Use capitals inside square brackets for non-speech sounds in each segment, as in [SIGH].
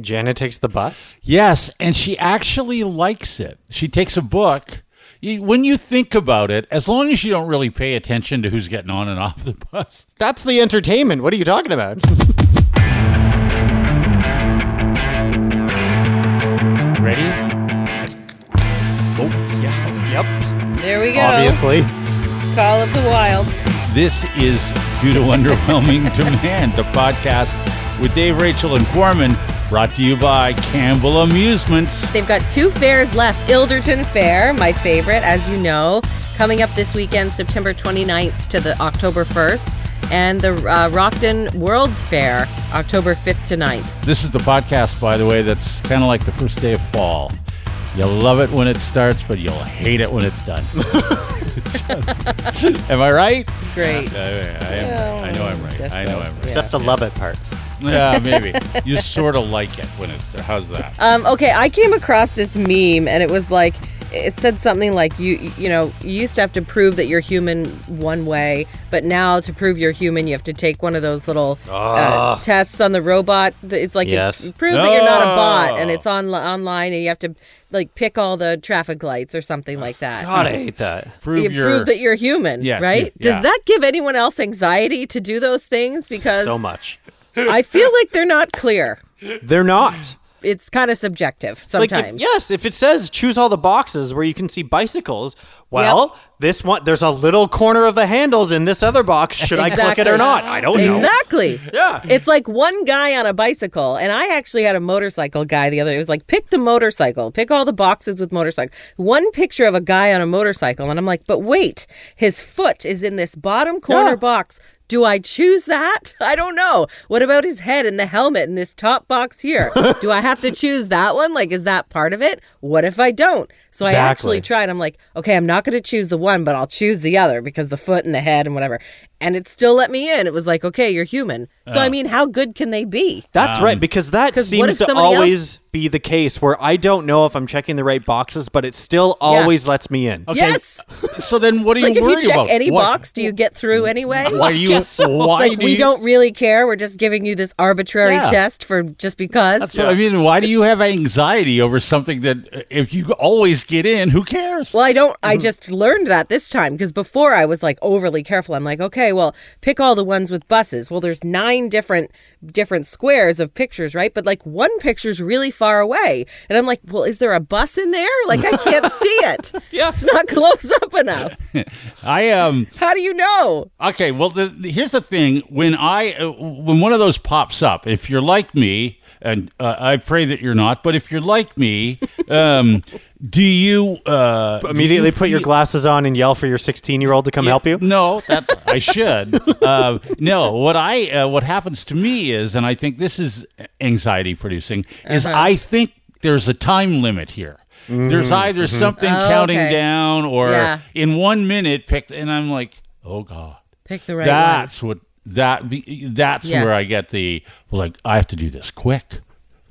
Janet takes the bus. Yes, and she actually likes it. She takes a book. You- When you think about it, as long as you don't really pay attention to who's getting on and off the bus, That's the entertainment. What are you talking [LAUGHS] about? Ready? oh, yeah. Yep. There we go. Obviously. Call of the Wild. This is Due to Underwhelming [LAUGHS] Demand, the podcast with Dave, Rachel, and Foreman, brought to you by Campbell Amusements. They've got two fairs left. Ilderton Fair, my favorite, as you know, coming up this weekend, September 29th to the October 1st, and the uh, Rockton World's Fair, October 5th to 9th. This is the podcast, by the way, that's kind of like the first day of fall. You love it when it starts, but you'll hate it when it's done. [LAUGHS] Am I right? Great. I, I am, right. I know I'm right. Guess I know so. I'm right. Yeah. Except the love it part. Yeah, [LAUGHS] maybe. You sort of like it when it's there. How's that? Um, okay, I came across this meme and it was like it said something like you you know you used to have to prove that you're human one way, but now to prove you're human you have to take one of those little uh, tests on the robot. Th- It's like Ah. Yes. it proves that you're not a bot and No. it's on online and you have to like pick all the traffic lights or something like that. God, I hate that. Prove you your prove that you're human, Yes, right? you- yeah. Does that give anyone else anxiety to do those things? Because So much. I feel like they're not clear. They're not. It's kind of subjective Like sometimes. if, yes, if it says choose all the boxes where you can see bicycles, well, this one there's a little corner of the handles in this other box. Should I click it or not? I don't know. Exactly. Oh, Yeah. It's like one guy on a bicycle, and I actually had a motorcycle guy the other. It was like pick the motorcycle, pick all the boxes with motorcycle. One picture of a guy on a motorcycle, and I'm like, but wait, his foot is in this bottom corner Yeah. box. Do I choose that? [LAUGHS] I don't know. What about his head and the helmet and this top box here? Do I have to choose that one? Like, is that part of it? What if I don't? So I actually Exactly. tried. I'm like, okay, I'm not going to choose the one, but I'll choose the other because the foot and the head and whatever. And it still let me in. It was like, okay, you're human. So Uh. I mean, how good can they be? That's Um, right, because that 'cause what if seems to somebody else- always be the case where I don't know if I'm checking the right boxes, but it still always lets me in. Okay, Yes. [LAUGHS] So then, what are Like you if you worried check about? any What- box, do you get through anyway? [LAUGHS] Why are you? Why Like do we you, don't really care. We're just giving you this arbitrary Yeah. test for just because. That's what I mean. Why do you have anxiety over something that uh, if you always get in, who cares? Well, I don't. I just learned that this time because before I was like overly careful. I'm like, okay, well, pick all the ones with buses. Well, there's nine different different squares of pictures, right? But like one picture's really far away, and I'm like, well, is there a bus in there? Like I can't see it. yeah, it's not close up enough. I um. How do you know? Okay, well, the, the- here's the thing: when I uh, when one of those pops up, if you're like me, and uh, I pray that you're not, but if you're like me, um, do you uh, Immediately put your glasses on and yell for your 16 year old to come help you. No, that I [LAUGHS] should. Uh, no, what I uh, what happens to me is, and I think this is anxiety producing, is Uh-huh. I think there's a time limit here. There's Mm-hmm. either something Oh, counting okay. down or Yeah. in one minute picked, and I'm like, oh god, Pick the right that's what that be- that's Yeah. where I get the like I have to do this quick.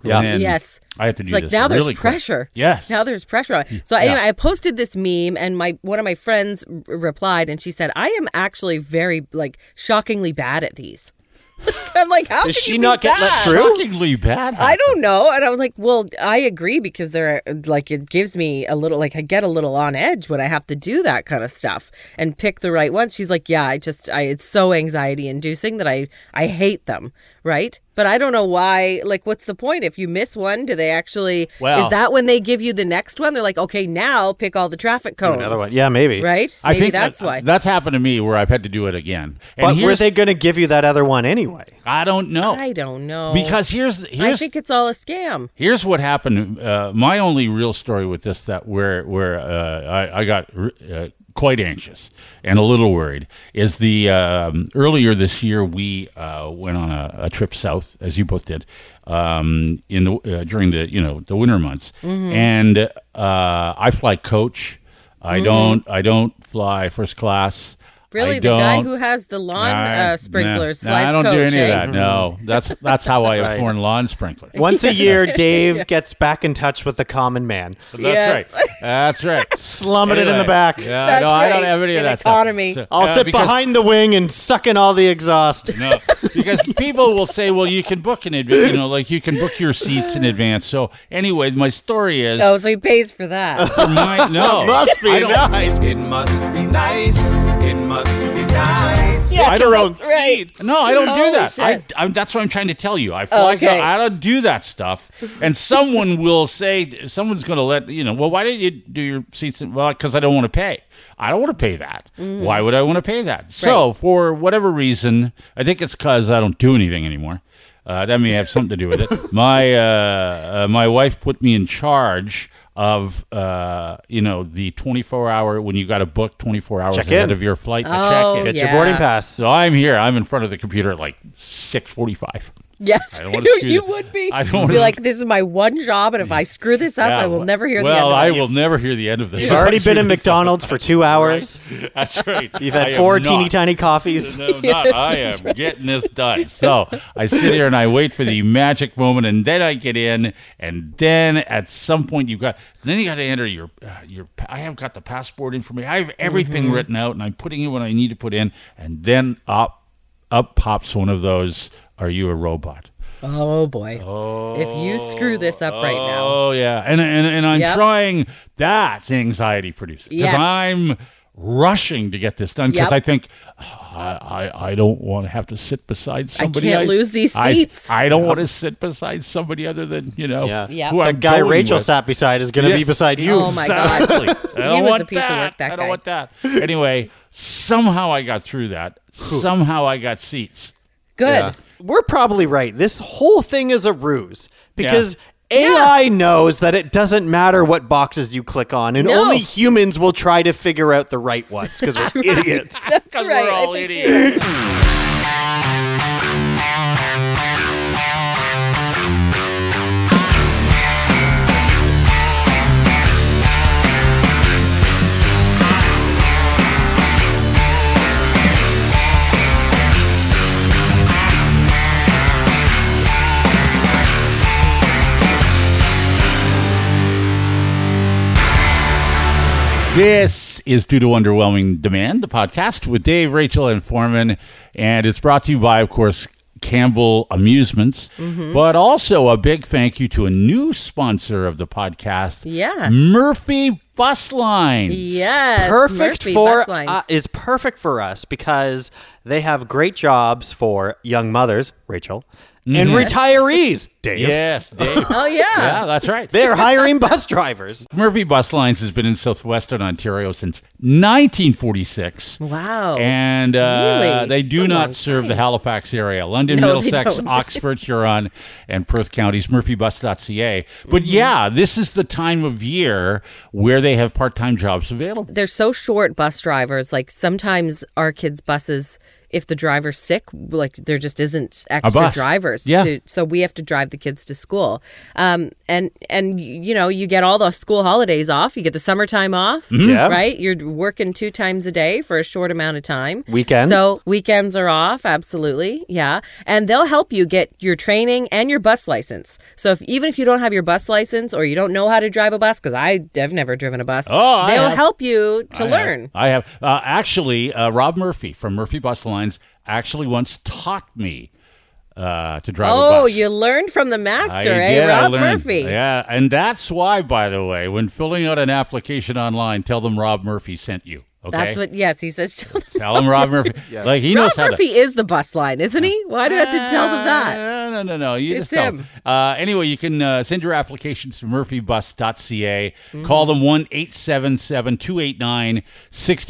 Yeah. And Yes. I have to do It's like this now there's really quick. pressure. Yes. Now there's pressure. on it. So anyway, I posted this meme, and my one of my friends r- replied, and she said, "I am actually very like shockingly bad at these." [LAUGHS] I'm like, how Does can she you be not get let bad? through? Shockingly bad. I don't know, and I was like, "Well, I agree because there, are, like, it gives me a little, like, I get a little on edge when I have to do that kind of stuff and pick the right ones." She's like, "Yeah, I just, I, it's so anxiety inducing that I, I hate them, right?" But I don't know why. Like, what's the point if you miss one? Do they actually? Well- is that when they give you the next one? They're like, "Okay, now pick all the traffic cones." Another one. Yeah, maybe. right? I Maybe think that's that- uh, why. that's happened to me where I've had to do it again. And But were here's- they going to give you that other [LAUGHS] one anyway? I don't know. I don't know because here's I here's think it's all a scam. here's what happened. Uh, my only real story with this that where where uh, I, I got uh, quite anxious and a little worried is the um, earlier this year we uh, went on a, a trip south as you both did um, in the, uh, during the you know the winter months Mm-hmm. and uh, I fly coach. I don't I don't fly first class. Mm-hmm. Really, I the guy don't- who has the lawn Nah, uh, sprinklers, nah, nah, slides I don't coach. do any eh? of that. No, that's that's how [LAUGHS] I have Right. foreign lawn sprinklers. Once a year, Dave gets back in touch with the common man, That's Yes. right. That's right. [LAUGHS] slumming it in the Anyway, back. Yeah, That's no, I don't right. have any of In that economy. Stuff. So- I'll uh, sit because- behind the wing and suck in all the exhaust. [LAUGHS] No, because people will say, "Well, you can book in advance. You know, like you can book your seats in advance." So, anyway, my story is [LAUGHS] Oh, so he pays for that. [LAUGHS] for my no. [LAUGHS] Must be I don't- nice. It must be nice. It must be nice. I don't own [LAUGHS] right. No, I don't Holy do that. I, shit. I'm, that's what I'm trying to tell you. I fly Oh, Okay. down- I don't do that stuff. And someone will say, someone's going to let you know. Well, why didn't you do your seats? in-" Well, because I don't want to pay. I don't want to pay that. Mm. Why would I want to pay that? So for whatever reason, I think it's because I don't do anything anymore. Uh, that may have something to do with [LAUGHS] it. My uh, uh, my wife put me in charge of uh, you know the 24 hour when you got to book 24 hours Check ahead in. of your flight to Oh, check in. Get Yeah. your boarding pass. So I'm here. I'm in front of the computer at like 6:45. Yes, I don't wanna [LAUGHS] you, screw you the- would [LAUGHS] be. I don't wanna be like, sc- this is my one job, and if I screw this up, Yeah, I will wh- never hear Well, the I end of it. will never hear the end of this. You've already been in McDonald's for two hours. [LAUGHS] That's right. You've I had am four not. teeny tiny [LAUGHS] coffees. No, not. I [LAUGHS] am getting this done. So I sit here and I wait for the magic moment, and then I get in, and then at some point you got, then you got to enter your, uh, your. pa- I have got the passport information. I have everything Mm-hmm. written out, and I'm putting in what I need to put in, and then up, up pops one of those. Are you a robot? Oh boy! if you screw this up right now, Oh yeah, and and and I'm Yep. trying. That's anxiety producing because Yes. I'm rushing to get this done because I Yep. think I, I I don't want to have to sit beside somebody. can't lose these I- seats." I, don't want to sit beside somebody other than you know Yeah. Yeah. who The I'm guy going Rachel with. sat beside is going to be Yes. beside you. Oh, my God. [LAUGHS] Exactly. I don't He was a want piece of that. work, that I guy. don't want that. Anyway, somehow I got through that. Somehow I got seats. good. We're probably right. This whole thing is a ruse because AI knows that it doesn't matter what boxes you click on, and No. only humans will try to figure out the right [LAUGHS] ones because we're idiots. [LAUGHS] That's Because right. we're I all think- idiots. This is Due to Underwhelming Demand, the podcast with Dave, Rachel, and Foreman. And it's brought to you by, of course, Campbell Amusements, Mm-hmm. but also a big thank you to a new sponsor of the podcast, Yeah. Mm. Murphy Bus Lines. Yes, perfect Murphy for bus lines. uh, is perfect for us because they have great jobs for young mothers, Rachel, [LAUGHS] and retirees, Dave. Yes, Dave. oh yeah, yeah. that's right. They're hiring bus drivers. Murphy Bus Lines has been in southwestern Ontario since 1946. Wow. And uh, Oh, Really? they do That's a not long serve the Halifax area, London, [LAUGHS] No, they Middlesex, don't. Oxford, Huron, and Perth counties, murphybus.ca. But Mm-hmm. yeah, this is the time of year where they have part time jobs available. They're so short, bus drivers. Like sometimes our kids' buses, if the driver's sick, like there just isn't extra bus. drivers. Yeah. To, so we have to drive the kids to school. Um, and and y- you know you get all the school holidays off. You get the summertime off. Mm-hmm. Yeah. Right. You're working two times a day for a short amount of time. Weekends. So weekends are off. Absolutely. Yeah. And they'll help you get your training and your bus license. So if even if you don't have your bus license or you don't know how to drive a bus, because I've never driven a bus. Oh, I they'll have. help you to I have- learn. I have. Uh, actually, uh, Rob Murphy from Murphy Bus Lines actually once taught me uh, to drive a bus. Oh, you learned from the master, I eh? did, I Rob learned. Murphy. Yeah, and that's why, by the way, when filling out an application online, tell them Rob Murphy sent you. Okay, That's what. Yes, he says. [LAUGHS] Tell them. Tell them Rob Murphy. Like he Rob knows how to. Murphy is the bus line, isn't he? Why do I have to tell them that? Uh, No, no, no, no. You It's just tell him. them. Uh, anyway, you can uh, send your applications to murphybus.ca. Mm-hmm. Call them 1 877 289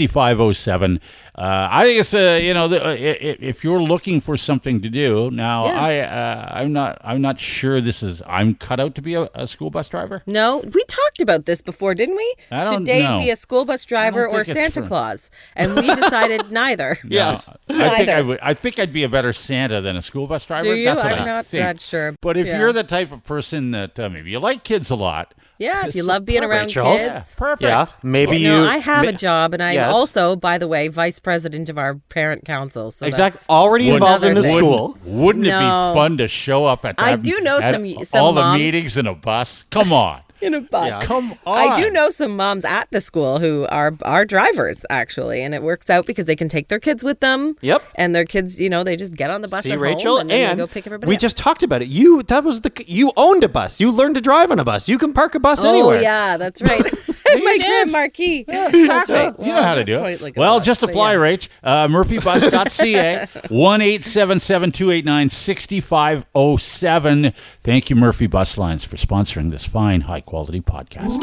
6507. I think it's, oh uh, you know, the, uh, i- i- if you're looking for something to do, now I, uh, I'm, not, I'm not sure this is, I'm cut out to be a, a school bus driver. No, we talked talked about this before, didn't we? I don't Should Dave know. be a school I bus driver don't think or it's Santa for- Claus? And [LAUGHS] we decided neither. Yes. I think I Neither. would. I think I'd be a better Santa than a school bus driver. Do you? That's what I'm I not think. that sure. But if Yeah. you're the type of person that uh, maybe you like kids a lot, Yeah, if just- you love being around Rachel. kids. perfect. Yeah. Maybe No, you I have a job, and I'm Yes. also, by the way, vice president of our parent council. So exactly that's- already involved in the Another thing. school. Wouldn't it No. be fun to show up at? I that- do know at some- some all moms- the meetings in a bus. Come [LAUGHS] on, in a bus. come on. I do know some moms at the school who are are drivers actually, and it works out because they can take their kids with them. Yep. And their kids, you know, they just get on the bus. See at Rachel home, and, and, then they go pick everybody we up. just talked about it. You that was the you owned a bus. You learned to drive on a bus. You can park a bus Oh anywhere. yeah, that's [LAUGHS] right. My grand [LAUGHS] marquee. Exactly. you know Well, how to not do quite it. like a well, bus, just but apply, yeah. Rach. Uh, [LAUGHS] MurphyBus.ca, 1 877 289 6507. Thank you, Murphy Bus Lines, for sponsoring this fine, high quality podcast.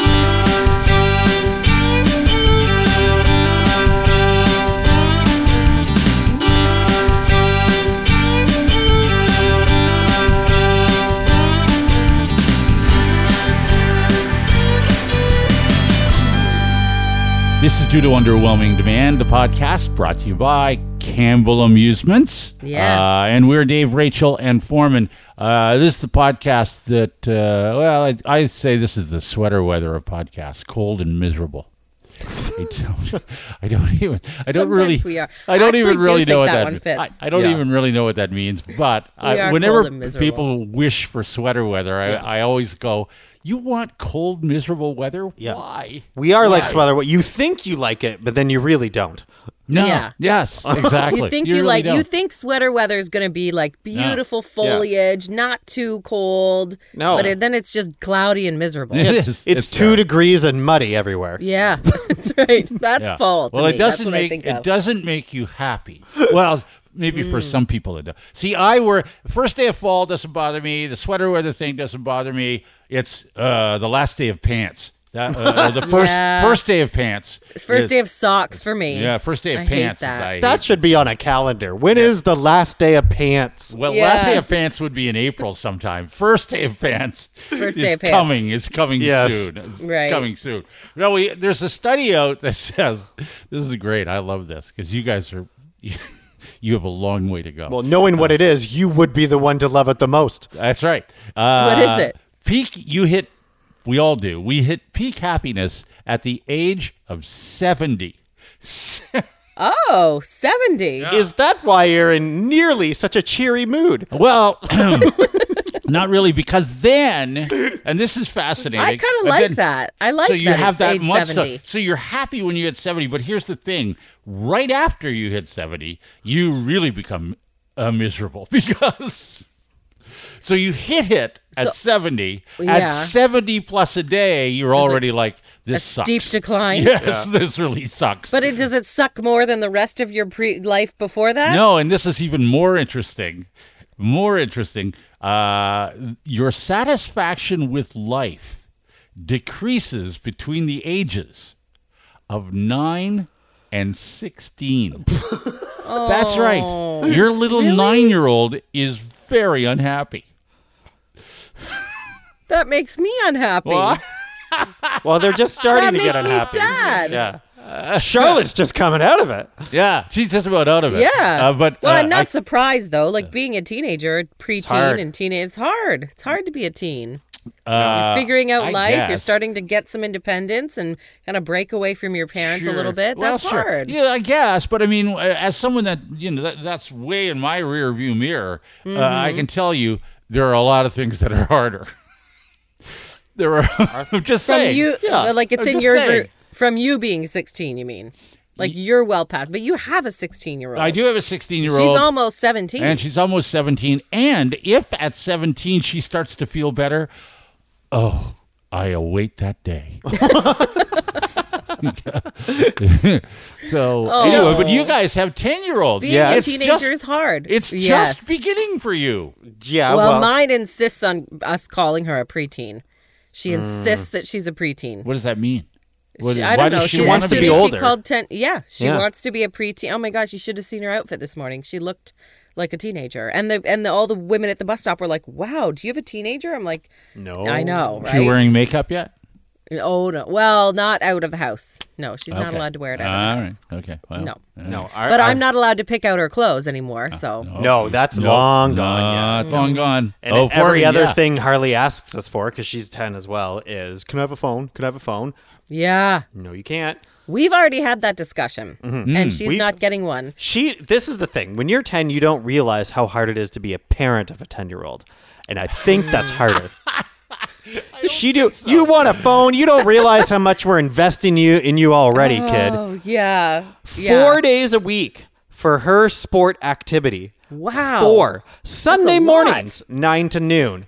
This is due to underwhelming demand. The podcast brought to you by Campbell Amusements. Yeah. uh, and we're Dave, Rachel, and Foreman. Uh, this is the podcast that, uh, well, I, I say this is the sweater weather of podcasts, cold and miserable. [LAUGHS] I don't, I don't even. I don't Sometimes really. we are. I don't I even actually do really know think what that that. one means. fits. I, I don't Yeah. even really know what that means. But We I, are whenever cold and miserable. people wish for sweater weather, I, I always go. You want cold, miserable weather? Why? We are like sweater. You think you like it, but then you really don't. No. Yeah. Yes. Exactly. [LAUGHS] You think you, really like you don't. think sweater weather is going to be like beautiful foliage, not too cold. No. but it, then it's just cloudy and miserable. It Yeah, is. It's, two bad. degrees and muddy everywhere. [LAUGHS] that's right. That's Yeah. fall. to Well, me. it That's doesn't what I make think it of. Hmm. doesn't make you happy. [LAUGHS] Well, maybe for some people it does. See, I were first day of fall doesn't bother me. The sweater weather thing doesn't bother me. It's uh, the last day of pants. That, uh, [LAUGHS] the first Yeah. first day of pants. First is- day of socks for me. Yeah, first day of I hate pants. that. I hate. That should be on a calendar. When is the last day of pants? well, last Yeah. day of pants would be in April sometime. First day of pants First is day of pants. coming. Is coming Yes. soon. It's Right. Coming soon. No, we, there's a study out that [LAUGHS] says this is great. I love this because you guys are [LAUGHS] you have a long way to go. Well, knowing what it is, you would be the one to love it the most. That's right. Uh, What is it? Peak. You hit. We all do. We hit peak happiness at the age of seventy. Oh, 70. Is that why you're in nearly such a cheery mood? Well, [CLEARS THROAT] not really, because then, and this is fascinating. I kind but of like then- that. I like so you that have it's that age much. So, 70. so you're happy when you hit seventy. But here's the thing: right after you hit seventy, you really become uh, miserable [LAUGHS] because. So you hit it at seventy. Yeah. At seventy plus a day, you're already like this sucks. steep [LAUGHS] decline. Yes, this really sucks. But it, does it suck more than the rest of your pre- life before that? No, and this is even more interesting. More interesting. Uh, your satisfaction with life decreases between the ages of nine and [LAUGHS] 16. That's Oh. right. Your little nine year old is very unhappy. That makes me unhappy. Well, they're just [LAUGHS] starting that to makes get me unhappy. sad. Yeah. [LAUGHS] Charlotte's just coming out of it. Yeah, she's just about out of it. Yeah. Uh, but well, uh, I'm not I- surprised though. Like being a teenager, preteen, hard. and teenage, it's hard. It's hard to be a teen. uh, you're figuring out I life. You're guess. starting to get some independence and kind of break away from your parents a little Sure. bit. Well, That's sure. hard. Yeah, I guess. But I mean, uh, as someone that you know, that, that's way in my rear view mirror. Uh, I Mm-hmm. can tell you there are a lot of things that are harder. [LAUGHS] there are. [LAUGHS] I'm just From saying. you, uh, Yeah, like it's I'm in just your saying. group. From you being 16, you mean? Like you're well past, but you have a 16 year old. I do have a 16 year She's old. almost 17. and she's almost 17. And if at 17 she starts to feel better, oh, I await that [LAUGHS] day. [LAUGHS] so, anyway, but you guys have 10 year olds. Oh. Being a Yes. teenager is hard. It's Yes. just beginning for you. Yeah. Well, Well, mine insists on us calling her a preteen. She insists that she's a preteen. Mm. What does that mean? What- She, I why don't know. does she, as want wants to soon be, be as older. She called ten. Yeah, she Yeah. wants to be a preteen. Oh my gosh, you should have seen her outfit this morning. She looked like a teenager, and the and the, all the women at the bus stop were like, "Wow, do you have a teenager?" I'm like, no. "I know, Oh, she right?" wearing makeup yet? Oh no. Well, not out of the house. No, she's not Okay. allowed to wear it out All of the right. house. Okay. Well, No. all right. No, But I'm not allowed to pick out her clothes anymore. So No, that's Nope. long gone. Oh, Uh, yeah. It's long gone. And oh, every 40, other yeah. thing Harley asks us for, because she's 10 as well, is can I have a phone? Can I have a phone? yeah, No, you can't. we've already had that discussion, and she's We've- not getting one. She, this is the thing. When you're 10, you don't realize how hard it is to be a parent of a 10 year old. And I think that's [LAUGHS] harder. She do. You want a phone? You don't realize how much we're investing you in you already, kid. Oh yeah. Four days a week for her sport activity. Wow. Four. Sunday lot. mornings, nine to noon.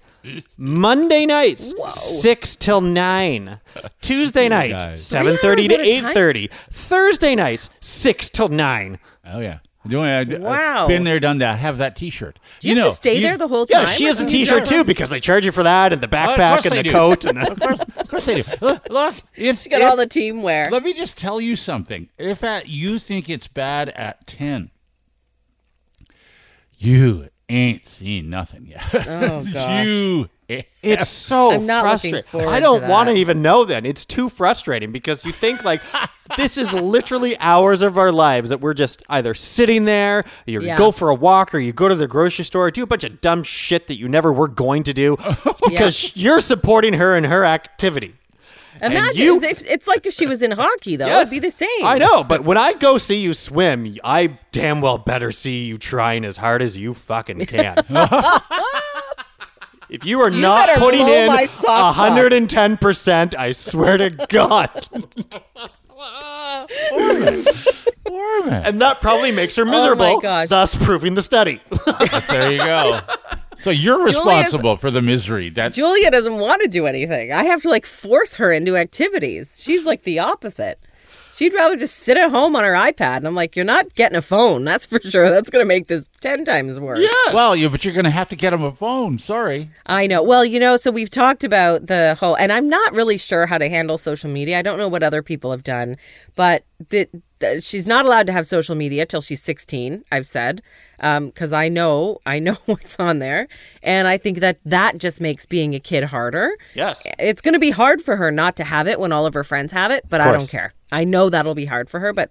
Monday nights, six till nine. Tuesday nights, guys. seven thirty to Three hours eight at a thirty. Thursday nights, six till nine. Oh yeah. Doing, I, Wow. I've been there, done that. Have that T-shirt. Do you, have know, to stay you- there the whole Yeah, time? she has a Oh, T-shirt yeah. too because they charge you for that, and the of backpack, course and they the do. [LAUGHS] coat, and the Of course, of course they do. Look, look it's [LAUGHS] She got all the team wear. [LAUGHS] Let me just tell you something. If at you think it's bad at ten, you ain't seen nothing yet. Oh [LAUGHS] gosh. you. It's so I'm not looking frustrating. forward I to don't that. want to even know then. It's too frustrating because you think like this is literally hours of our lives that we're just either sitting there, you Yeah. go for a walk or you go to the grocery store, do a bunch of dumb shit that you never were going to [LAUGHS] do because you're supporting her in her activity. Imagine you- if, it's like if she was in hockey though. It'd be the same. I know, but when I go see you swim, I damn well better see you trying as hard as you fucking [LAUGHS] can. if you are not better putting blow in my socks off. 110%, I swear to God. Norman. And that probably makes her Oh my miserable, gosh. thus proving the [LAUGHS] study. there you go. So you're responsible for the misery. That's Julia doesn't want to do anything. I have to like force her into activities. She's like the opposite. She'd rather just sit at home on her iPad. And I'm like, you're not getting a phone. That's for sure. That's going to make this 10 times worse. Yeah. well, you. But you're gonna have to get him a phone. Sorry. I know. Well, you know, so we've talked about the whole, and I'm not really sure how to handle social media. I don't know what other people have done, but the, the, she's not allowed to have social media till she's 16. I've said because I know I know [LAUGHS] what's on there, and I think that that just makes being a kid harder. Yes. it's going to be hard for her not to have it when all of her friends have it, but I don't course. care. I know that'll be hard for her, but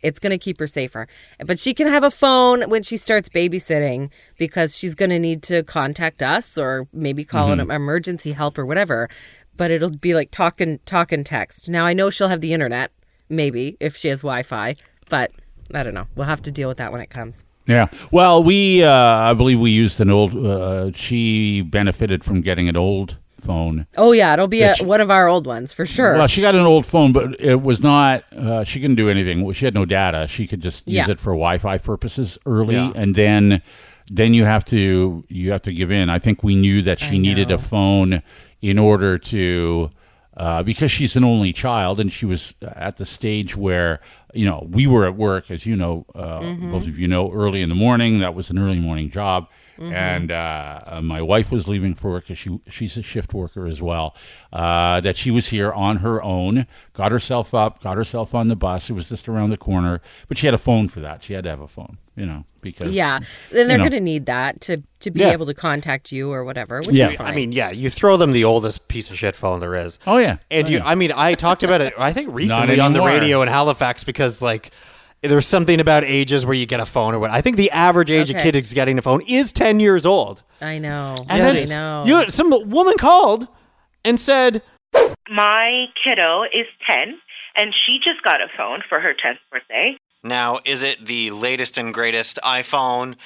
it's going to keep her safer. But she can have a phone when she starts babysitting because she's going to need to contact us or maybe call an emergency help or whatever. But it'll be like talk and talk and text. Now I know she'll have the internet, maybe if she has Wi-Fi, but I don't know. We'll have to deal with that when it comes. Yeah. Well, we uh, I believe we used an old. Uh, she benefited from getting an old phone. Oh yeah, it'll be a, she- one of our old ones for sure. Well, she got an old phone, but it was not. Uh, she couldn't do anything. She had no data. She could just use Yeah. it for Wi-Fi purposes early, and then then you have to you have to give in. I think we knew that she needed a phone in order to. Uh, because she's an only child, and she was at the stage where you know we were at work, as you know, uh, Mm-hmm. both of you know, early in the morning. That was an early morning job, Mm-hmm. and uh, uh, my wife was leaving for work because she she's a shift worker as well. Uh, that she was here on her own, got herself up, got herself on the bus. It was just around the corner, but she had a phone for that. She had to have a phone, you know, because yeah, then they're know. going to need that to to be Yeah. able to contact you or whatever, which Yeah. is fine. I mean, yeah, you throw them the oldest piece of shit phone there is. Oh yeah, And Oh, you, yeah. I mean, I talked about it. I [LAUGHS] think recently on the anymore. radio in Halifax because like there's something about ages where you get a phone or what. I think the average age a Okay. kid is getting a phone is ten years old. I know. And I then know. you, some woman called and said, my kiddo is 10 and she just got a phone for her 10th birthday "Now is it the latest and greatest iPhone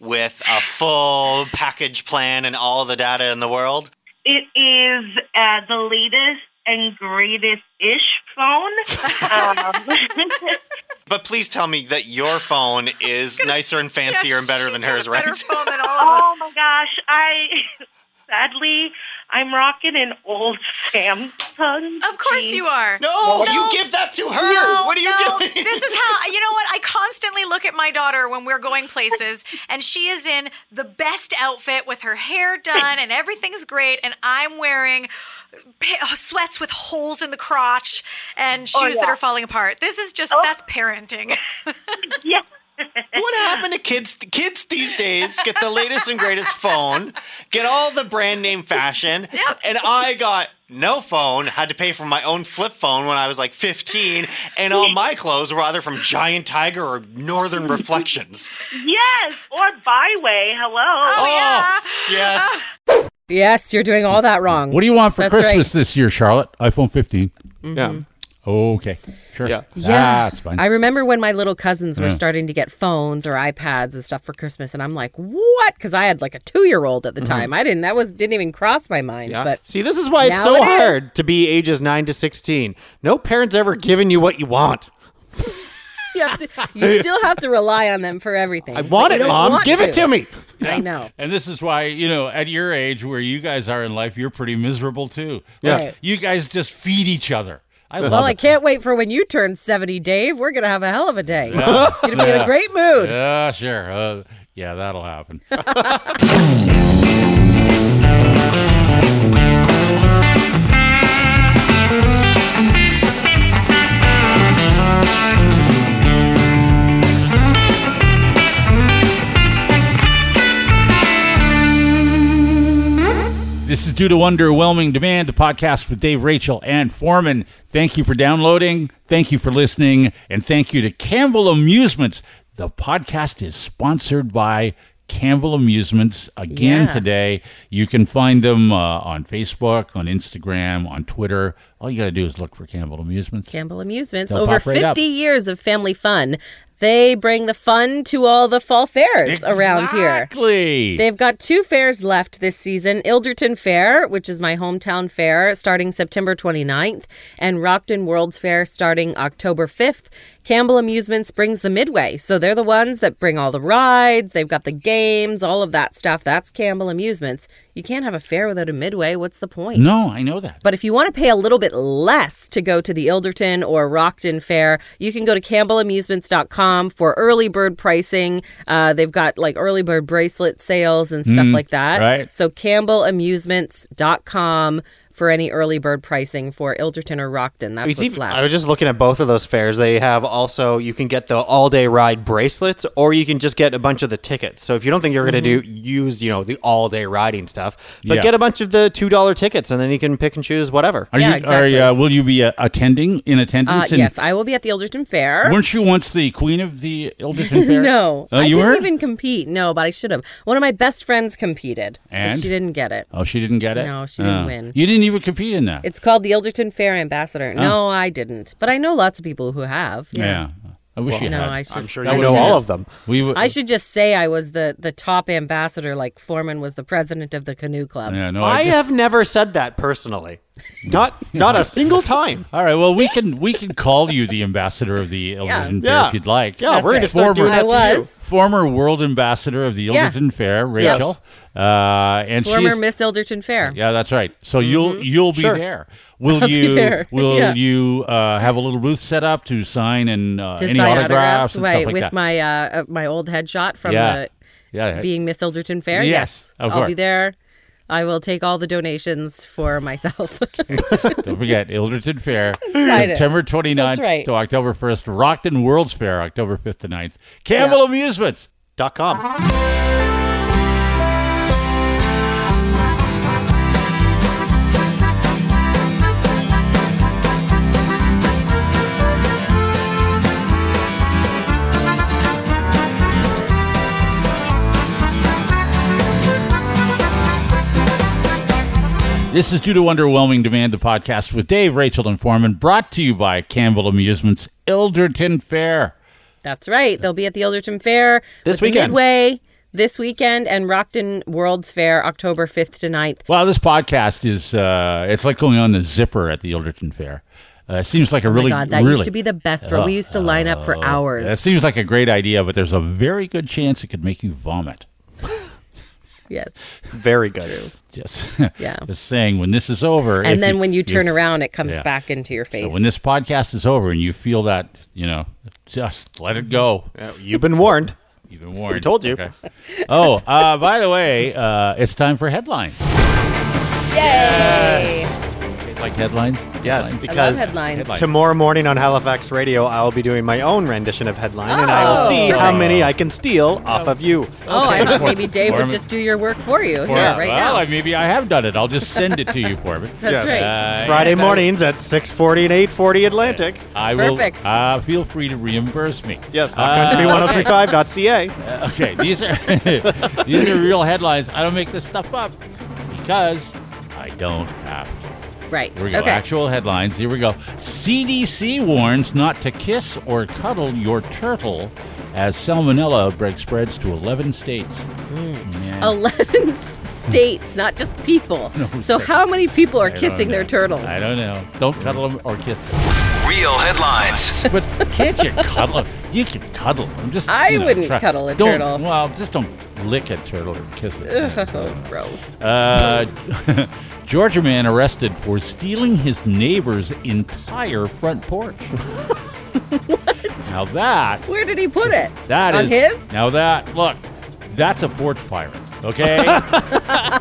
with a full package plan and all the data in the world?" it is uh, the latest and greatest ish phone [LAUGHS] um, [LAUGHS] But please tell me that your [LAUGHS] phone is nicer and fancier and [LAUGHS] better than hers, right? oh my gosh i sadly i'm rocking an old samsung Of course you are. no, you give that to her. No, what are you [LAUGHS] no. [LAUGHS] doing? This is how you know what I constantly look at my daughter when we're going places, and she is in the best outfit with her hair done, and everything's great, and I'm wearing pa- uh, sweats with holes in the crotch and shoes that yeah. are falling apart. This is just that's parenting. [LAUGHS] yeah what happened to kids? Kids these days get the latest and greatest phone, get all the brand name fashion, and I got no phone, had to pay for my own flip phone when I was like 15, and all my clothes were either from Giant Tiger or Northern Reflections. [LAUGHS] Yes, or Byway. Hello. Oh, yes. Yes, you're doing all that wrong. What do you want for That's Mm-hmm. Christmas this year, Charlotte? iPhone 15. Yeah. Okay, sure. Yeah. Yeah, that's fine. I remember when my little cousins were Yeah. starting to get phones or iPads and stuff for Christmas, and I'm like, "What?" Because I had like a two year old Mm-hmm. at the time. I didn't. That was didn't even cross my mind. But [LAUGHS] See, this is why it's Now so it is. hard to be ages 9 to 16. No parents ever giving you what you want. you, have to, you still have to rely on them for everything. I want But you it, don't Mom. want Give it to me. I know. And this is why, you know, at your age where you guys are in life, you're pretty miserable too. Yeah. Right. You guys just feed each other. I love Well, I it. can't wait for when you turn 70, Dave. We're going to have a hell of [LAUGHS] a day. You're going to be in a great mood. Yeah, sure. Uh, yeah, that'll happen. This is due to underwhelming demand, the podcast with Dave Rachel and Foreman. Thank you for downloading. Thank you for listening. And thank you to Campbell Amusements. The podcast is sponsored by Campbell Amusements again Yeah. today. You can find them uh, on Facebook, on Instagram, on Twitter. All you got to do is look for Campbell Amusements. Campbell Amusements, They'll over pop right 50 up. years of family fun. They bring the fun to all the fall fairs around here. Exactly. They've got two fairs left this season Ilderton Fair, which is my hometown fair, starting September 29th, and Rockton World's Fair starting October 5th. Campbell Amusements brings the Midway. So they're the ones that bring all the rides, they've got the games, all of that stuff. That's Campbell Amusements. You can't have a fair without a Midway. What's the point? No, I know that. But if you want to pay a little bit less to go to the Ilderton or Rockton Fair, you can go to CampbellAmusements.com for early bird pricing. Uh, they've got like early bird bracelet sales and stuff like that. Mm, right. So CampbellAmusements.com for any early bird pricing for Ilderton or Rockton. That's It's what's even- left. I was just looking at both of those fairs. They have also you can get the all day ride bracelets, or you can just get a bunch of the tickets. So if you don't think you're going to do Mm-hmm. use you know the all day riding stuff, but Yeah. get a bunch of the two dollar tickets, and then you can pick and choose whatever. Are Yeah, you? exactly. Are, uh, will you be uh, attending in Uh, attendance? and- yes, I will be at the Ilderton Fair. Weren't you once the queen of the [LAUGHS] Ilderton Fair? No, Oh, I you didn't were? even compete. No, but I should have. One of my best friends competed, but And? she didn't get it. Oh, she didn't get it? No, she didn't Oh. win. You didn't even compete in that. It's called the Ilderton Fair Ambassador. No, I didn't, but I know lots of people who have. Oh. yeah. I wish you No, had. I should. I'm sure That you was know it. all of them. We would. I should just say I was the the top ambassador, like Foreman was the president of the canoe club. Yeah, no, I I just- have never said that personally, [LAUGHS] not not a single time. all right. Well, we can we can call you the ambassador [LAUGHS] of the Ilderton Fair Yeah. if you'd like. Yeah, we're going to start doing Former, I that to you. was former world ambassador of the Yeah. Ilderton Fair, Rachel. Uh, and former she's, Miss Ilderton Fair. Yeah, that's right. So you'll you'll be Sure. there. Will be you there. [LAUGHS] will Yeah. you uh, have a little booth set up to sign and uh, To any sign autographs, autographs, and right, stuff like with that? my uh, uh, my old headshot from Yeah. the yeah, being Miss Ilderton Fair. Yes, Yes, of I'll be course. there. I will take all the donations for myself. [LAUGHS] Don't forget, Ilderton Fair, Excited. September 29th That's right. to October 1st, Rockton World's Fair, October 5th to 9th, Campbell Amusements. Dot com. This is due to underwhelming demand, the podcast with Dave, Rachel, and Foreman, brought to you by Campbell Amusements, Ilderton Fair. That's right. They'll be at the Ilderton Fair with This the weekend. Midway this weekend, and Rockton World's Fair October fifth to 9th. Wow, this podcast is, uh, it's like going on the zipper at the Ilderton Fair. Uh, it seems like a Oh really, my god, that really, Oh, used to be the best. row. we used to line up for hours. That seems like a great idea, but there's a very good chance it could make you vomit. yes. Very good. Just, [LAUGHS] Yeah. just saying, when this is over, if And then when you if- turn around, it comes yeah. back into your face. So when this podcast is over and you feel that, you know, just let it go. Uh, You've been warned. You've been warned. told you. Okay. oh, uh, by the way, uh, it's time for headlines. Yay! Like like headlines? Yes, Headlines? because headlines. Headlines. tomorrow morning on Halifax Radio, I'll be doing my own rendition of headline, and I will Oh. see how many I can steal off of you. Oh, I thought maybe Dave Foreman. would just do your work for you For- here, right well, now. I- maybe I have done it. I'll just send it to you, Foreman. [LAUGHS] That's Yes. right. Uh, Friday and I- mornings at 6:40 and 8:40 Atlantic. I will. Perfect. Uh, feel free to reimburse me. Yes, Uh, hotcountry1035.ca. [LAUGHS] okay. These are [LAUGHS] these are real headlines. I don't make this stuff up because I don't have to. right. Here we go. Okay. Actual headlines. Here we go. CDC warns not to kiss or cuddle your turtle as salmonella outbreak spreads to 11 states. Yeah. 11 s- states, not just [LAUGHS] people. so, how many people are I don't kissing their know. turtles? I don't know. Don't cuddle them or kiss them. Real headlines. But can't you cuddle? 'em? You can cuddle. I'm just. I you know, wouldn't try- cuddle a don't- turtle. Well, just don't lick a turtle or kiss [LAUGHS] it. Oh, gross. Uh, [LAUGHS] Georgia man arrested for stealing his neighbor's entire front [LAUGHS] porch. what? Now that Where did he put it? That On is his? now that look, that's a porch pirate. [LAUGHS] Okay, If that-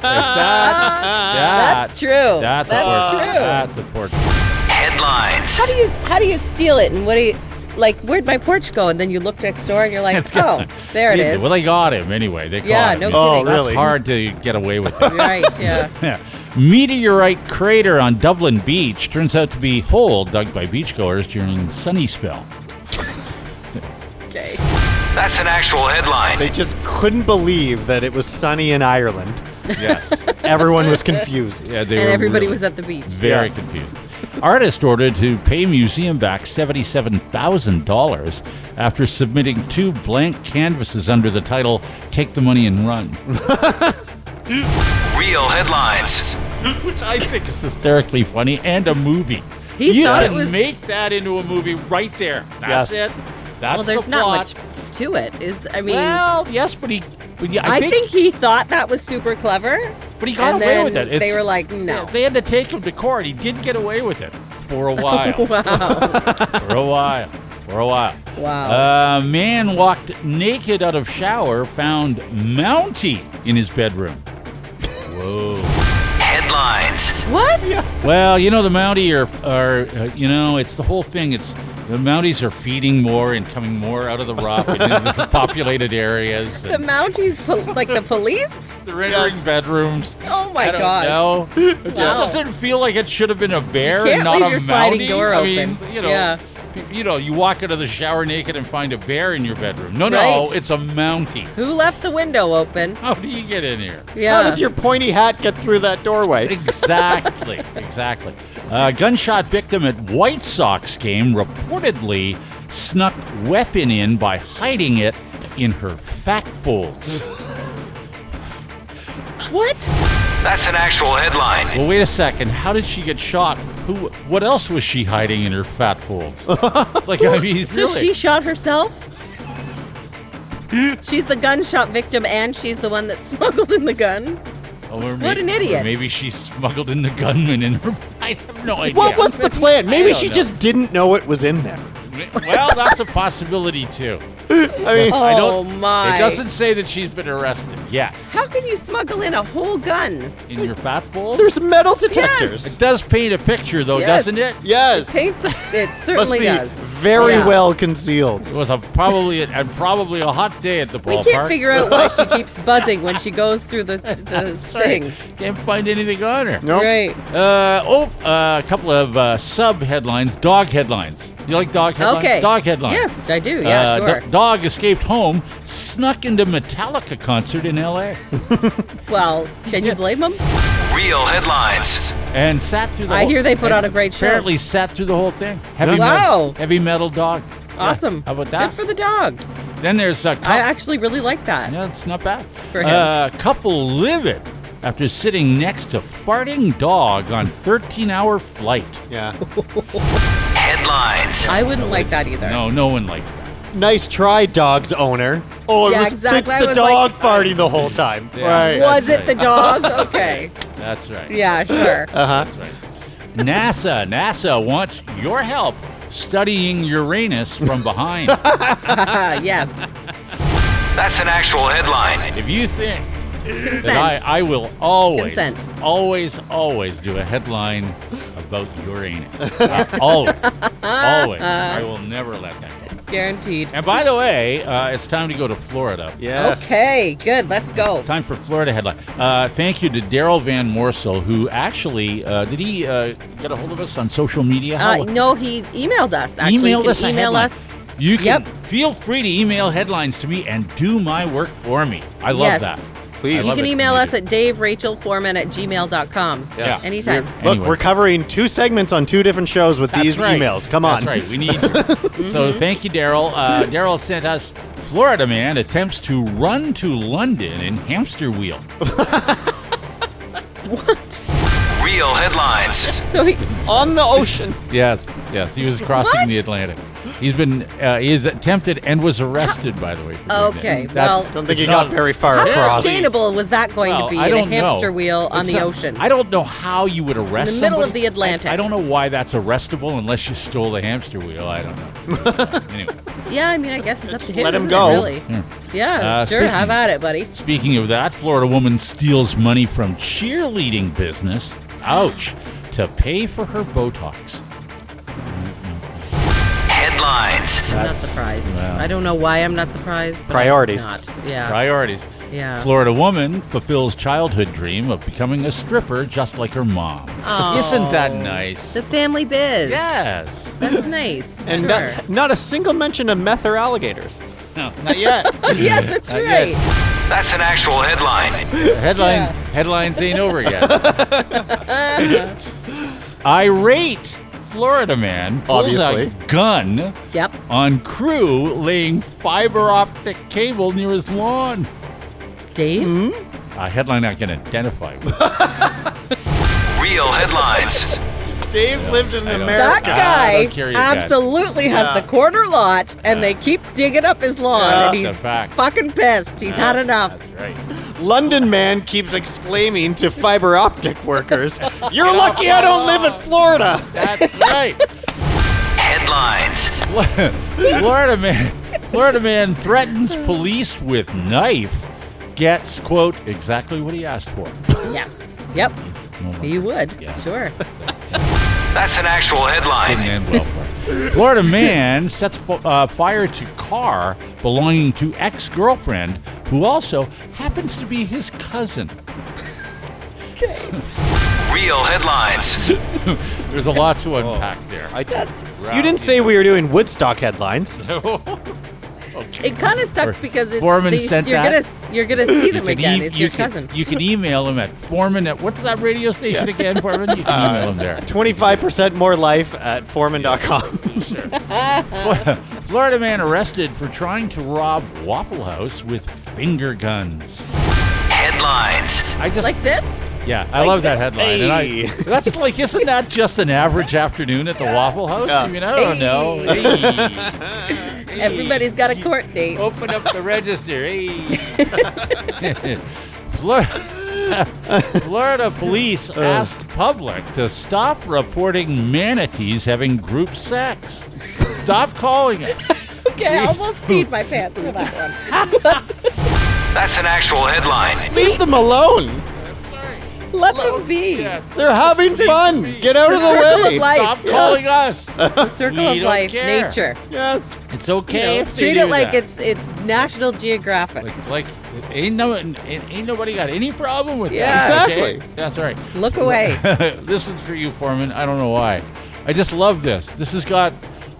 that- That's true. That's, a That's porch. true. That's a porch. pirate. headlines. How do you how do you steal it and what do you like where'd my porch go? And then you look next door and you're [LAUGHS] like, It's Oh, got- there it is. Well, they got him anyway. They Yeah, caught him. no Oh, kidding. that's really? hard to get away with. [LAUGHS] It. right, yeah. Yeah. Meteorite crater on Dublin Beach turns out to be hole dug by beachgoers during sunny spell. Okay. That's an actual headline. They just couldn't believe that it was sunny in Ireland. Yes. Everyone was confused. [LAUGHS] yeah, they And were everybody really- was at the beach. Very Yeah. confused. Artist ordered to pay museum back $77,000 after submitting two blank canvases under the title Take the Money and [LAUGHS] Run, Real headlines. which I think is hysterically funny and a movie. He you thought it can was- make that into a movie right there. That's it. Yes. That's well there's the not plot. much to it. Is I mean well, yes, but he, but yeah, I, I think he thought that was super clever. But he got and away then with it. They It's- were like, no. Oh, they had to take him to court. He did get away with it for [LAUGHS] a while. wow. for a while. For a while. Wow. A man walked naked out of shower, found Mountie in his bedroom. Headlines. what? Well, you know the Mountie are, are uh, you know, it's the whole thing. It's the Mounties are feeding more and coming more out of the rock and into [LAUGHS] the populated areas. The and Mounties, pol- like the police? they're entering bedrooms. Oh my I don't gosh. know. It just doesn't feel like it should have been a bear You and can't not leave a your sliding Mountie. door I mean, open. you know, Yeah. you know, you walk out of the shower naked and find a bear in your bedroom. No, no, Right. it's a Mountie. Who left the window open? How do you get in here? How Yeah. did your pointy hat get through that doorway? Exactly, exactly. A gunshot victim at White Sox game reportedly snuck weapon in by hiding it in her fat folds. What? That's an actual headline. Well, wait a second. How did she get shot? Who? What else was she hiding in her fat [LAUGHS] folds? like, I mean, So really? she shot herself? she's the gunshot victim and she's the one that [LAUGHS] smuggled in the gun. Or may- What an idiot. or maybe she smuggled in the gunman in her. [LAUGHS] I have no idea. What was the plan? I Maybe don't she know. just didn't know what was in there. Well, that's a possibility too. [LAUGHS] I mean, Oh I don't, my. It doesn't say that she's been arrested yet. How can you smuggle in a whole gun? In your fat folds. there's metal detectors. It does paint a picture, though, Yes. doesn't it? Yes. Paints it Must certainly be does. very Yeah. well concealed. It was a probably and probably a hot day at the We ballpark. can't figure out [LAUGHS] why she keeps buzzing when she goes through the, the Sorry, thing. Can't find anything on her. Nope. Right. Uh, oh, uh, a couple of uh, sub headlines. Dog headlines. You like dog headlines? Okay. Dog headlines. Yes, I do. Yeah, Uh, sure. do- dog escaped home, snuck into Metallica concert in L.A. well, can you blame him? Real headlines. and sat through the. I whole- hear they put and on a great show. Apparently, sat through the whole thing. Heavy Wow. Metal, heavy metal dog. Yeah, Awesome. How about that? Oh. Good for the dog. then there's a. Couple, I actually really like that. Yeah, it's not bad. For him. Uh, couple livid after sitting next to farting dog on 13-hour flight. Yeah. Headlines. I wouldn't like that either. No, no one likes that. Nice try, dog's owner. Oh, it Yeah, was exactly. it's I the was dog like- uh, farting the whole time. Yeah. Right. Was That's Uh. it the [LAUGHS] dog? Okay. That's right. Yeah, sure. [LAUGHS] NASA, NASA wants your help studying Uranus from [LAUGHS] behind. Uh, yes. That's an actual headline. if you think that I, I will always, Consent. always, always do a headline about your anus. Uh, [LAUGHS] always, always. I will never let that happen. Guaranteed. And by the way, uh, it's time to go to Florida. Yes. Okay, good. Let's go. Time for Florida headline. Uh, thank you to Daryl Van Morsel, who actually uh, did he uh, get a hold of us on social media? How- Uh, no, he emailed us. Actually, You emailed can us. a Email headline. us. You can Yep. feel free to email headlines to me and do my work for me. I love Yes. that. I Please. love You can it. email us at daverachelforeman at gmail.com. Yes. Anytime. Look, Anyway. we're covering two segments on two different shows with That's these right. emails. Come on. That's right. We [LAUGHS] need. so Mm-hmm. thank you, Daryl. Uh, Daryl sent us Florida man attempts to run to London in hamster wheel. What? Real headlines. So he, On the ocean. Yes, yes. He was crossing What? the Atlantic. He's been. Uh, he is attempted and was arrested. By the way. for doing that. Okay, well- Don't think it's he not- got very far how across. sustainable was that going to be I in a don't know. hamster wheel on It's the not- ocean? I don't know how you would arrest In the middle of somebody. the Atlantic. I, I don't know why that's arrestable unless you stole the hamster wheel. I don't [LAUGHS] know. anyway, yeah, I mean, I guess it's up to him. let [LAUGHS] him isn't it, go. Really. Yeah, Uh, sure. speaking- Have at it, buddy. speaking of that, Florida woman steals money from cheerleading business. Ouch! To pay for her Botox. Headlines. I'm not surprised. I don't know why I'm not surprised. but I'm Priorities. not. Yeah. Priorities. Yeah. Florida woman fulfills childhood dream of becoming a stripper just like her mom. Isn't that nice? The family biz. [LAUGHS] yes. [LAUGHS] That's nice. And sure. not, not a single mention of meth or alligators. No, [LAUGHS] not yet. yeah, that's Not right. yet. That's an actual headline. Headline headlines ain't over [LAUGHS] yet. [LAUGHS] Irate Florida man pulls Obviously. a gun Yep. on crew laying fiber optic cable near his lawn. Dave? Mm-hmm. A headline I can identify with. Real headlines. Dave lived in I don't- America. That Ah, guy don't carry it, Dad. absolutely has the corner lot, and they keep digging up his lawn, and That's he's a fact. fucking pissed. He's had enough. That's right. London man keeps exclaiming to fiber optic [LAUGHS] workers, You're lucky I don't live in Florida. That's right. Headlines. Florida man, Florida man threatens police with knife. Gets quote exactly what he asked for. Yes. Yep. He would. Yeah. Sure. That's an actual Didn't headline. end well for him. Florida man sets fo- uh, fire to car belonging to ex-girlfriend, who also happens to be his cousin. Real headlines. There's a lot to Oh. unpack there. I You didn't say we were doing Woodstock headlines. It kind of sucks because it's Foreman these- sent you're that. gonna s- you're gonna see them again. it's you your can- cousin. you can email him at Foreman at what's that radio station again, Foreman? You can [LAUGHS] email him Uh, there. 25% more life at foreman.com. Florida man arrested for trying to rob Waffle House with finger guns. Headlines. I just like this? Yeah, I love that headline. And I, [LAUGHS] that's like, isn't that just an average afternoon at the Waffle House? I mean, I don't know. [LAUGHS] Hey. Hey. Everybody's got a court [LAUGHS] date. Open up the register. Hey. [LAUGHS] Florida, Florida police Uh. asked public to stop reporting manatees having group sex. Stop calling [LAUGHS] us. okay, I almost peed my pants for that [LAUGHS] one. That's an actual headline. Leave them alone. Let them be. Yeah. They're having fun. Get out of The circle the way. of life. Stop yes. calling us. The circle We of don't life, care. nature. Yes. It's okay. if they Treat do it like that. it's it's National Geographic. Like, like, ain't no, ain't ain't nobody got any problem with Yeah. that. Exactly. okay? That's right. Look away. [LAUGHS] this one's for you, Foreman. I don't know why. I just love this. This has got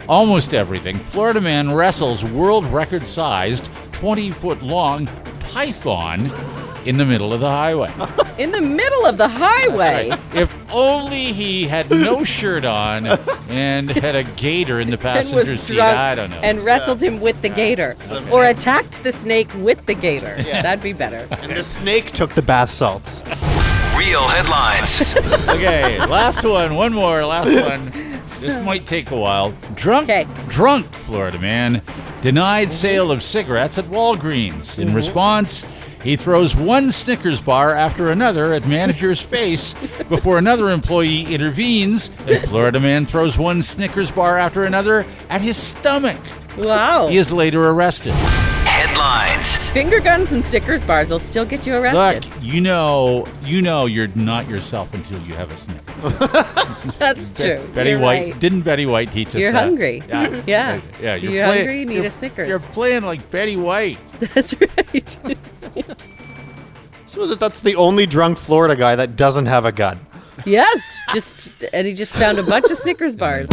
almost everything. Florida man wrestles world record sized, 20 foot long python in the middle of the highway. In the middle of the highway. [LAUGHS] If only he had no shirt on and had a gator in the [LAUGHS] and passenger was seat. drunk I don't know. and wrestled him with the gator or attacked the snake with the gator that'd be [LAUGHS] better And the snake took the bath salts. Real headlines. Okay, last one, one more, [LAUGHS] last one. This might take a while. Drunk, Okay. drunk Florida man denied sale of cigarettes at Walgreens. Mm-hmm. In response, he throws one Snickers bar after another at manager's face before another employee intervenes. And Florida man throws one Snickers bar after another at his stomach. wow He is later arrested. headlines. Finger guns and stickers bars will still get you Look, arrested. you know, you know, you're not yourself until you have a Snickers. That's true. Betty You're White right. [LAUGHS] didn't Betty White teach us You're that? hungry. Yeah, [LAUGHS] Yeah. yeah. You're, You're play- hungry, you need you're- a Snickers. You're playing like Betty White. That's right. [LAUGHS] So that- that's the only drunk Florida guy that doesn't have a gun. Yes, just and he just found a bunch of Snickers bars.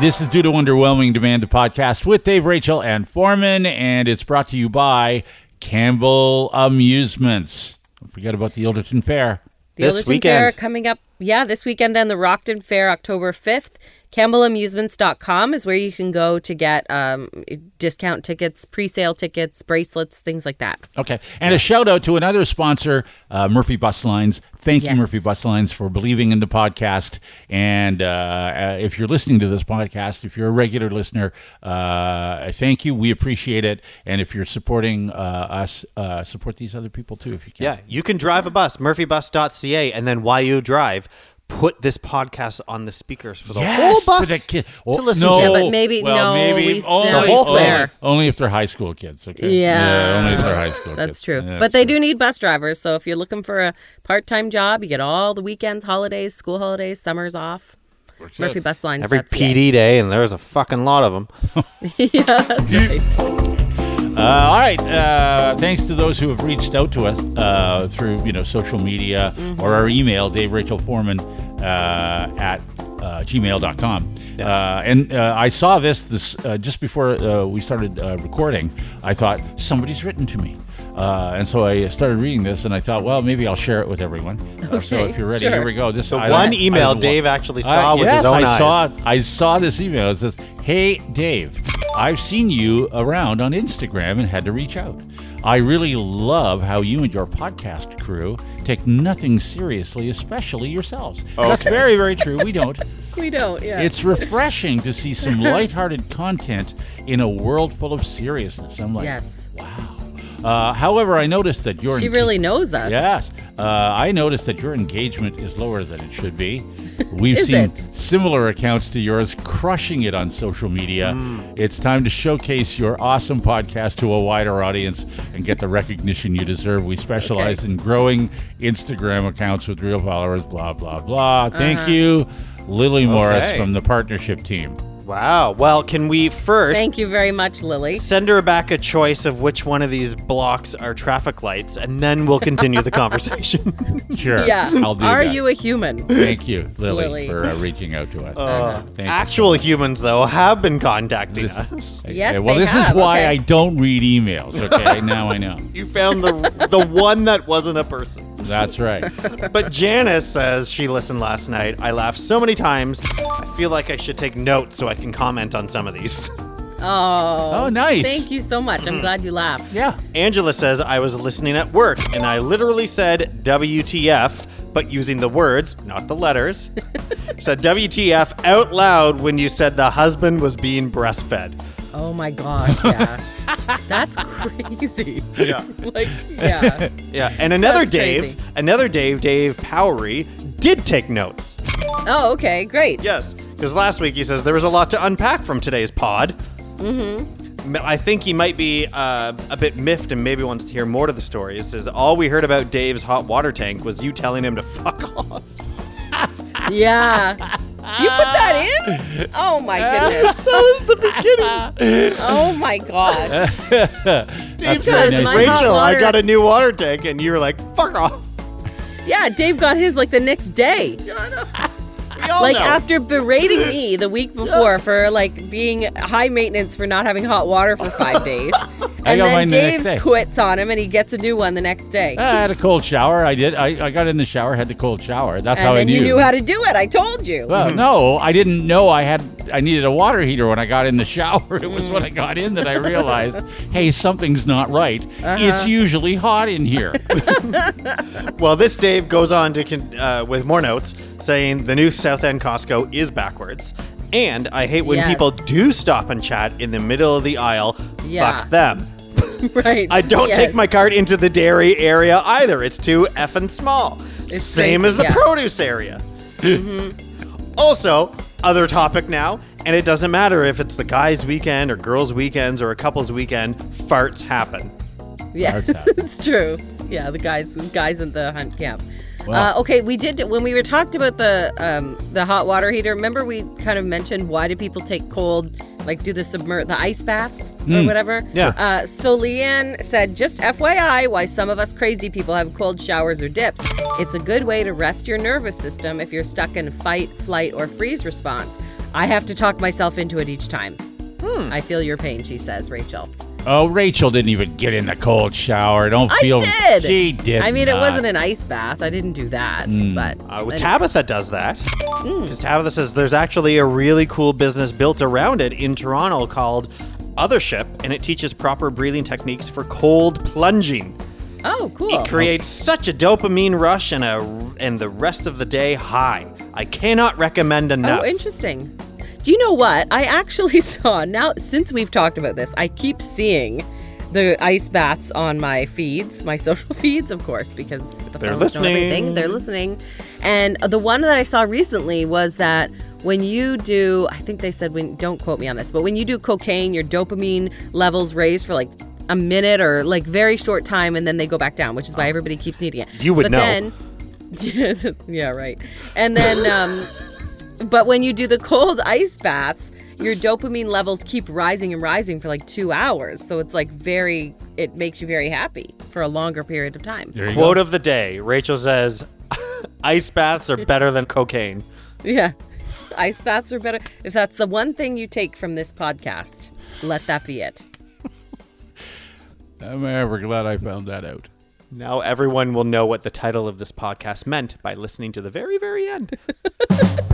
This is due to underwhelming demand. The podcast with Dave, Rachel, and Foreman, and it's brought to you by Campbell Amusements. Don't forget about the Elderton Fair. The This Elderton weekend. Fair coming up. Yeah, this weekend then the Rockton Fair October 5th. CampbellAmusements.com is where you can go to get um, discount tickets, pre-sale tickets, bracelets, things like that. Okay. And a shout out to another sponsor, uh, Murphy Bus Lines. Thank Yes. you, Murphy Bus Lines, for believing in the podcast. And uh, uh, if you're listening to this podcast, if you're a regular listener, uh, thank you. We appreciate it. And if you're supporting uh, us, uh, support these other people too, if you can. Yeah, you can drive a bus, murphybus.ca, and then while you drive, put this podcast on the speakers for the Yes, whole for bus the kid. to listen no, to. Yeah, but maybe- well, no, maybe we only, said The whole thing. only, only if they're high school kids. Okay. Yeah. only if they're high school. [LAUGHS] That's kids. true. Yeah, but they true. do need bus drivers, so if you're looking for a part-time job, you get all the weekends, holidays, school holidays, summers off. Murphy Bus Lines. Every that's PD day, and there's a fucking lot of them. Uh, all right. Uh, thanks to those who have reached out to us uh, through you know social media Mm-hmm. or our email, Dave Rachel Foreman uh, at uh, gmail.com. Uh, and uh, I saw this this uh, just before uh, we started uh, recording. I thought somebody's written to me, uh, and so I started reading this, and I thought, well, maybe I'll share it with everyone. Uh, so Okay, if you're ready, sure. here we go. This The I- one I- email I- Dave actually saw I- with yes, his own I eyes. saw I saw this email. It says, "Hey Dave, I've seen you around on Instagram and had to reach out. I really love how you and your podcast crew take nothing seriously, especially yourselves. That's very very true. We [LAUGHS] don't. it. We don't. Yeah. It's refreshing to see some lighthearted content in a world full of seriousness. I'm like, Yes. wow. Uh, however, I noticed that you're she really knows us. Yes. Uh, I noticed that your engagement is lower than it should be. We've Is seen it? similar accounts to yours crushing it on social media. Mm. It's time to showcase your awesome podcast to a wider audience and get the recognition you deserve. We specialize in growing Instagram accounts with real followers, blah, blah, blah. Thank Uh-huh. you, Lily Morris Okay. from the partnership team. Wow. Well, can we first Thank you very much, Lily. send her back a choice of which one of these blocks are traffic lights, and then we'll continue the [LAUGHS] conversation. Sure. Yeah. I'll do Are that. you a [LAUGHS] human? Thank you, Lily, Lily. Uh-huh. for uh, reaching out to us. Thank you so Actual humans, though, have been contacting This us. is- Yes, okay, Well, they this is have, why okay. I don't read emails. Okay, now I know. You found the the one that wasn't a person. That's [LAUGHS] right. But Janice says she listened last night. I laughed so many times. I feel like I should take notes so I can comment on some of these. Oh, nice. Thank you so much. I'm glad you laughed. Yeah. Angela says I was listening at work and I literally said WTF, but using the words, not the letters. said WTF out loud when you said the husband was being breastfed. Oh [LAUGHS] my gosh, yeah. That's crazy. [LAUGHS] Yeah. Like, yeah. [LAUGHS] Yeah. And another That's Dave, crazy. another Dave, Dave Powery, did take notes. Oh, okay, great. Yes, because last week he says there was a lot to unpack from today's pod. Mm-hmm. I think he might be uh, a bit miffed and maybe wants to hear more to the story. He says all we heard about Dave's hot water tank was you telling him to [LAUGHS] fuck off. Yeah. You put that in? Oh [LAUGHS] my goodness. that was the beginning. [LAUGHS] Oh my god. Dave very says, nice. My Rachel, hot I water- got a new water tank, and you were like, fuck off. Yeah, Dave got his like the next day. We all Like know. after berating me [LAUGHS] the week before for like being high maintenance for not having hot water for five days. [LAUGHS] I And got then mine the next Dave's day. Ah, quits on him and he gets a new one the next day. I had a cold shower. I did. I, I got in the shower, had the cold shower. That's how and I then knew. you knew how Mm-hmm. to do it. I told you. well, no, I didn't know I had. I needed a water heater when I got in the shower. [LAUGHS] It was when I got in that I realized, hey, something's not right. Uh-huh. It's usually hot in [LAUGHS] here. Well, this Dave goes on to con- uh, with more notes, saying the new South End Costco is backwards, and I hate when Yes. people do stop and chat in the middle of the aisle. Yeah. Fuck them. [LAUGHS] right. I don't Yes. take my cart into the dairy area either. It's too effing small. Same safe, as the yeah. Mm-hmm. produce area. Also, other topic now, and it doesn't matter if it's the guys' weekend or girls' weekends or a couple's weekend, farts happen. [LAUGHS] Yes, Hard time. it's true. Yeah, the guys, guys at the hunt camp. Wow. Uh, okay, we did when we were talked about the um, the hot water heater. Remember, we kind of mentioned why do people take cold, like do the submer the ice baths or whatever. Yeah. Uh, so Leanne said, just FYI, why some of us crazy people have cold showers or dips. It's a good way to rest your nervous system if you're stuck in fight, flight, or freeze response. I have to talk myself into it each time. I feel your pain, she says, Rachel. Oh, Rachel didn't even get in the cold shower. Don't I feel did. she did. I mean, it not. Hmm. wasn't an ice bath. I didn't do that, but Uh, anyway. Tabitha does that. Hmm. Because Tabitha says there's actually a really cool business built around it in Toronto called Othership, and it teaches proper breathing techniques for cold plunging. oh, cool. creates such a dopamine rush and a and the rest of the day high. I cannot recommend enough. Oh, interesting. Do you know what? I actually [LAUGHS] saw now since we've talked about this, I keep seeing the ice baths on my feeds, my social [LAUGHS] feeds, of course, because the They're phones know everything. listening. They're listening. And the one that I saw recently was that when you do, I think they said when don't quote me on this, but when you do cocaine, your dopamine levels raise for like a minute or like very short time, and then they go back down, which is why everybody keeps needing it. Uh, You would but know. Then, [LAUGHS] yeah, right. And then, um, but when you do the cold ice baths, your dopamine levels keep rising and rising for like two hours. So it's like very, it makes you very happy for a longer period of time. There you Quote go. of the day: Rachel says, [LAUGHS] "Ice baths are better than cocaine." Yeah. Ice baths are better. If that's the one thing you take from this podcast, let that be it. I'm ever glad I found that out. Now everyone will know what the title of this podcast meant by listening to the very, very end.